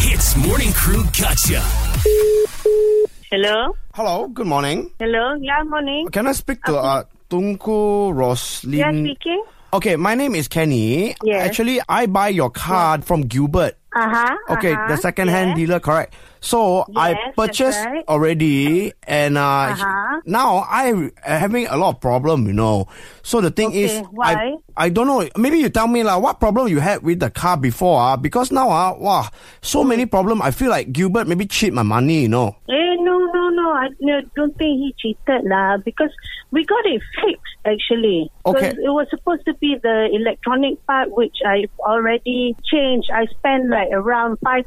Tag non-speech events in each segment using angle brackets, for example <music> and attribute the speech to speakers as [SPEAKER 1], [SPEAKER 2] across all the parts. [SPEAKER 1] This morning crew gotcha.
[SPEAKER 2] Hello?
[SPEAKER 3] Hello, good morning.
[SPEAKER 2] Hello? Yeah, morning.
[SPEAKER 3] Can I speak to uh, Tunku Roslin?
[SPEAKER 2] Yeah, speaking.
[SPEAKER 3] Okay, my name is Kenny.
[SPEAKER 2] Yes.
[SPEAKER 3] Actually, I buy your card from Gilbert.
[SPEAKER 2] Uh-huh.
[SPEAKER 3] Okay,
[SPEAKER 2] uh-huh.
[SPEAKER 3] the second-hand
[SPEAKER 2] yeah.
[SPEAKER 3] dealer, correct? So I
[SPEAKER 2] Yes, that's
[SPEAKER 3] purchased
[SPEAKER 2] right.
[SPEAKER 3] already, and uh,
[SPEAKER 2] Uh-huh.
[SPEAKER 3] now I am having a lot of problem. You know, so the thing is,
[SPEAKER 2] Okay, why?
[SPEAKER 3] I I don't know. Maybe you tell me like what problem you had with the car before ah? Because now ah, wow,
[SPEAKER 2] Mm.
[SPEAKER 3] so many problem. I feel like Gilbert maybe cheat my money. You know.
[SPEAKER 2] Eh, no, no, no. I no, don't think he cheated lah because we got it fixed actually.
[SPEAKER 3] Okay.
[SPEAKER 2] 'Cause It was supposed to be the electronic part which I already changed. I spent like around 5,000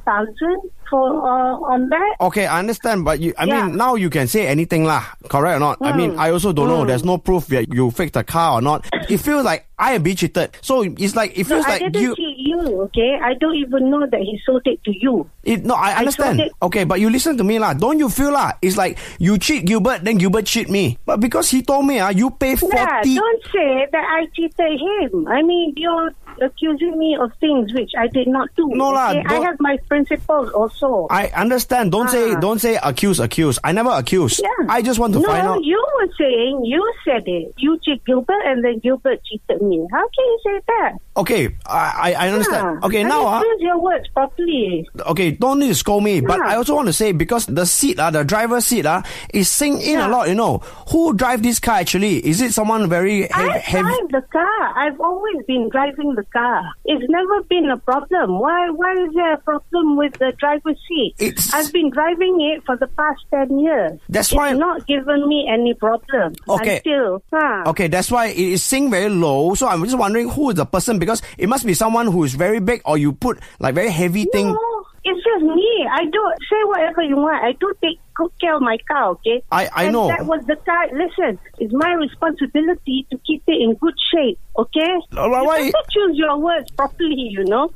[SPEAKER 2] for uh, on that.
[SPEAKER 3] Okay, I understand, but you, I
[SPEAKER 2] Yeah. Mm.
[SPEAKER 3] mean, now you can say anything lah, correct or not? I mean, I also don't know. There's no proof that you faked the car or not. It feels like I am being cheated. So it's like it
[SPEAKER 2] No,
[SPEAKER 3] feels
[SPEAKER 2] I
[SPEAKER 3] like
[SPEAKER 2] didn't
[SPEAKER 3] you.
[SPEAKER 2] cheat you, okay? I don't even know that he sold it to you.
[SPEAKER 3] It, no, I understand.
[SPEAKER 2] sold it.
[SPEAKER 3] okay, but you listen to me lah. Don't you feel lah? It's like you cheat Gilbert, then Gilbert cheat me. But because he told me ah, you pay
[SPEAKER 2] Yeah,
[SPEAKER 3] forty.
[SPEAKER 2] don't say that I cheated him. I mean, you're accusing me of things which I did not do.
[SPEAKER 3] No lah,
[SPEAKER 2] okay? I
[SPEAKER 3] don't-
[SPEAKER 2] have my principles also.
[SPEAKER 3] I understand. Don't say,
[SPEAKER 2] Ah.
[SPEAKER 3] don't say accuse, accuse. I never accuse.
[SPEAKER 2] yeah.
[SPEAKER 3] I just want to
[SPEAKER 2] no,
[SPEAKER 3] find out.
[SPEAKER 2] you were saying, you said it. You cheated Gilbert and then Gilbert cheated me. How can you say that?
[SPEAKER 3] Okay, I, I, I understand.
[SPEAKER 2] Yeah.
[SPEAKER 3] Okay,
[SPEAKER 2] I
[SPEAKER 3] now ah.
[SPEAKER 2] mean, Use your words properly.
[SPEAKER 3] okay, don't need to scold me, but
[SPEAKER 2] Yeah.
[SPEAKER 3] I also want to say because the seat, uh, the driver's seat, uh, is sink in a
[SPEAKER 2] Yeah.
[SPEAKER 3] lot, you know. Who drive this car actually? Is it someone very heavy?
[SPEAKER 2] I
[SPEAKER 3] heavy?
[SPEAKER 2] drive the car. I've always been driving the car. It's never been a problem. Why? Why is there a problem with the driver's seat?
[SPEAKER 3] It's-
[SPEAKER 2] I've been driving it for the past ten years.
[SPEAKER 3] That's
[SPEAKER 2] it's
[SPEAKER 3] why-
[SPEAKER 2] not given me any problem.
[SPEAKER 3] Okay.
[SPEAKER 2] Until, huh?
[SPEAKER 3] Okay, that's why it is sink very low. So I'm just wondering who is the person because it must be someone who is very big or you put like very heavy thing.
[SPEAKER 2] No, it's just me. I do say whatever you want. I do take good care of my car. Okay.
[SPEAKER 3] I- I
[SPEAKER 2] and
[SPEAKER 3] know.
[SPEAKER 2] That was the car. Listen, it's my responsibility to keep it in good shape. Okay.
[SPEAKER 3] No, why-
[SPEAKER 2] you
[SPEAKER 3] why-
[SPEAKER 2] have to choose your words properly. You know.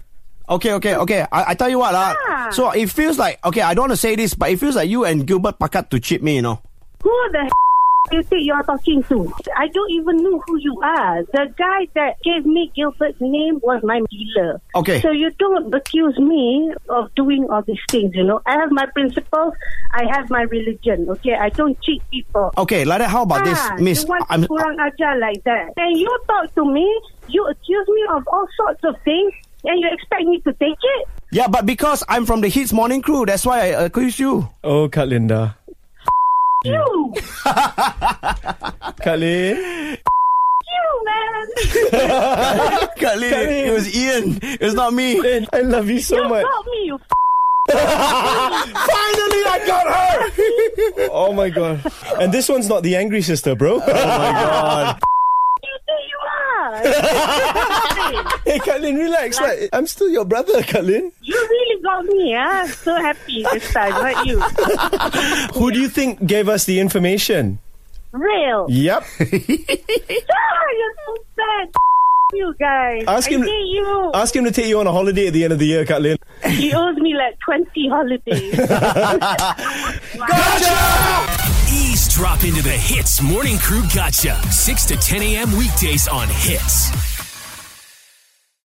[SPEAKER 3] Okay, okay, okay. I, I tell you what, uh,
[SPEAKER 2] Yeah.
[SPEAKER 3] so it feels like okay. I don't want to say this, but it feels like you and Gilbert Packard to cheat me, you know.
[SPEAKER 2] Who the h- you think you're talking to? I don't even know who you are. The guy that gave me Gilbert's name was my dealer.
[SPEAKER 3] Okay.
[SPEAKER 2] So you don't accuse me of doing all these things, you know. I have my principles, I have my religion, okay? I don't cheat people.
[SPEAKER 3] Okay, like that. How about
[SPEAKER 2] Ah,
[SPEAKER 3] Oh, this, Miss? uh,
[SPEAKER 2] You want to kurang ajar like that. And you talk to me, you accuse me of all sorts of things, and you expect me to take it?
[SPEAKER 3] yeah, but because I'm from the Hits Morning Crew, that's why I accuse you.
[SPEAKER 4] Oh, Kak Linda.
[SPEAKER 2] You!
[SPEAKER 4] Kak Lin.
[SPEAKER 2] you, man!
[SPEAKER 3] Kak Lin,
[SPEAKER 4] Kak Lin.
[SPEAKER 3] it was Ian. It was not me.
[SPEAKER 4] Lin, I love you so
[SPEAKER 2] You
[SPEAKER 4] much.
[SPEAKER 2] got me, you
[SPEAKER 3] Finally, I got her.
[SPEAKER 4] Oh my god. And this one's not the angry sister, bro.
[SPEAKER 2] you think <laughs> you are?
[SPEAKER 4] <laughs> hey, Kak Lin, relax. Like, I'm still your brother, Kak Lin.
[SPEAKER 2] You really got me, huh? So happy this time, right? You
[SPEAKER 4] Who do you think gave us the information?
[SPEAKER 2] real.
[SPEAKER 4] Yep.
[SPEAKER 2] Ah, you're so sad. You guys.
[SPEAKER 4] Ask
[SPEAKER 2] I
[SPEAKER 4] him-
[SPEAKER 2] hate you.
[SPEAKER 4] Ask him to take you on a holiday at the end of the year, Kak Lin.
[SPEAKER 2] he owes me like twenty holidays.
[SPEAKER 1] Ease drop into the Hits morning crew gotcha. 6 to 10 a.m. weekdays on Hits.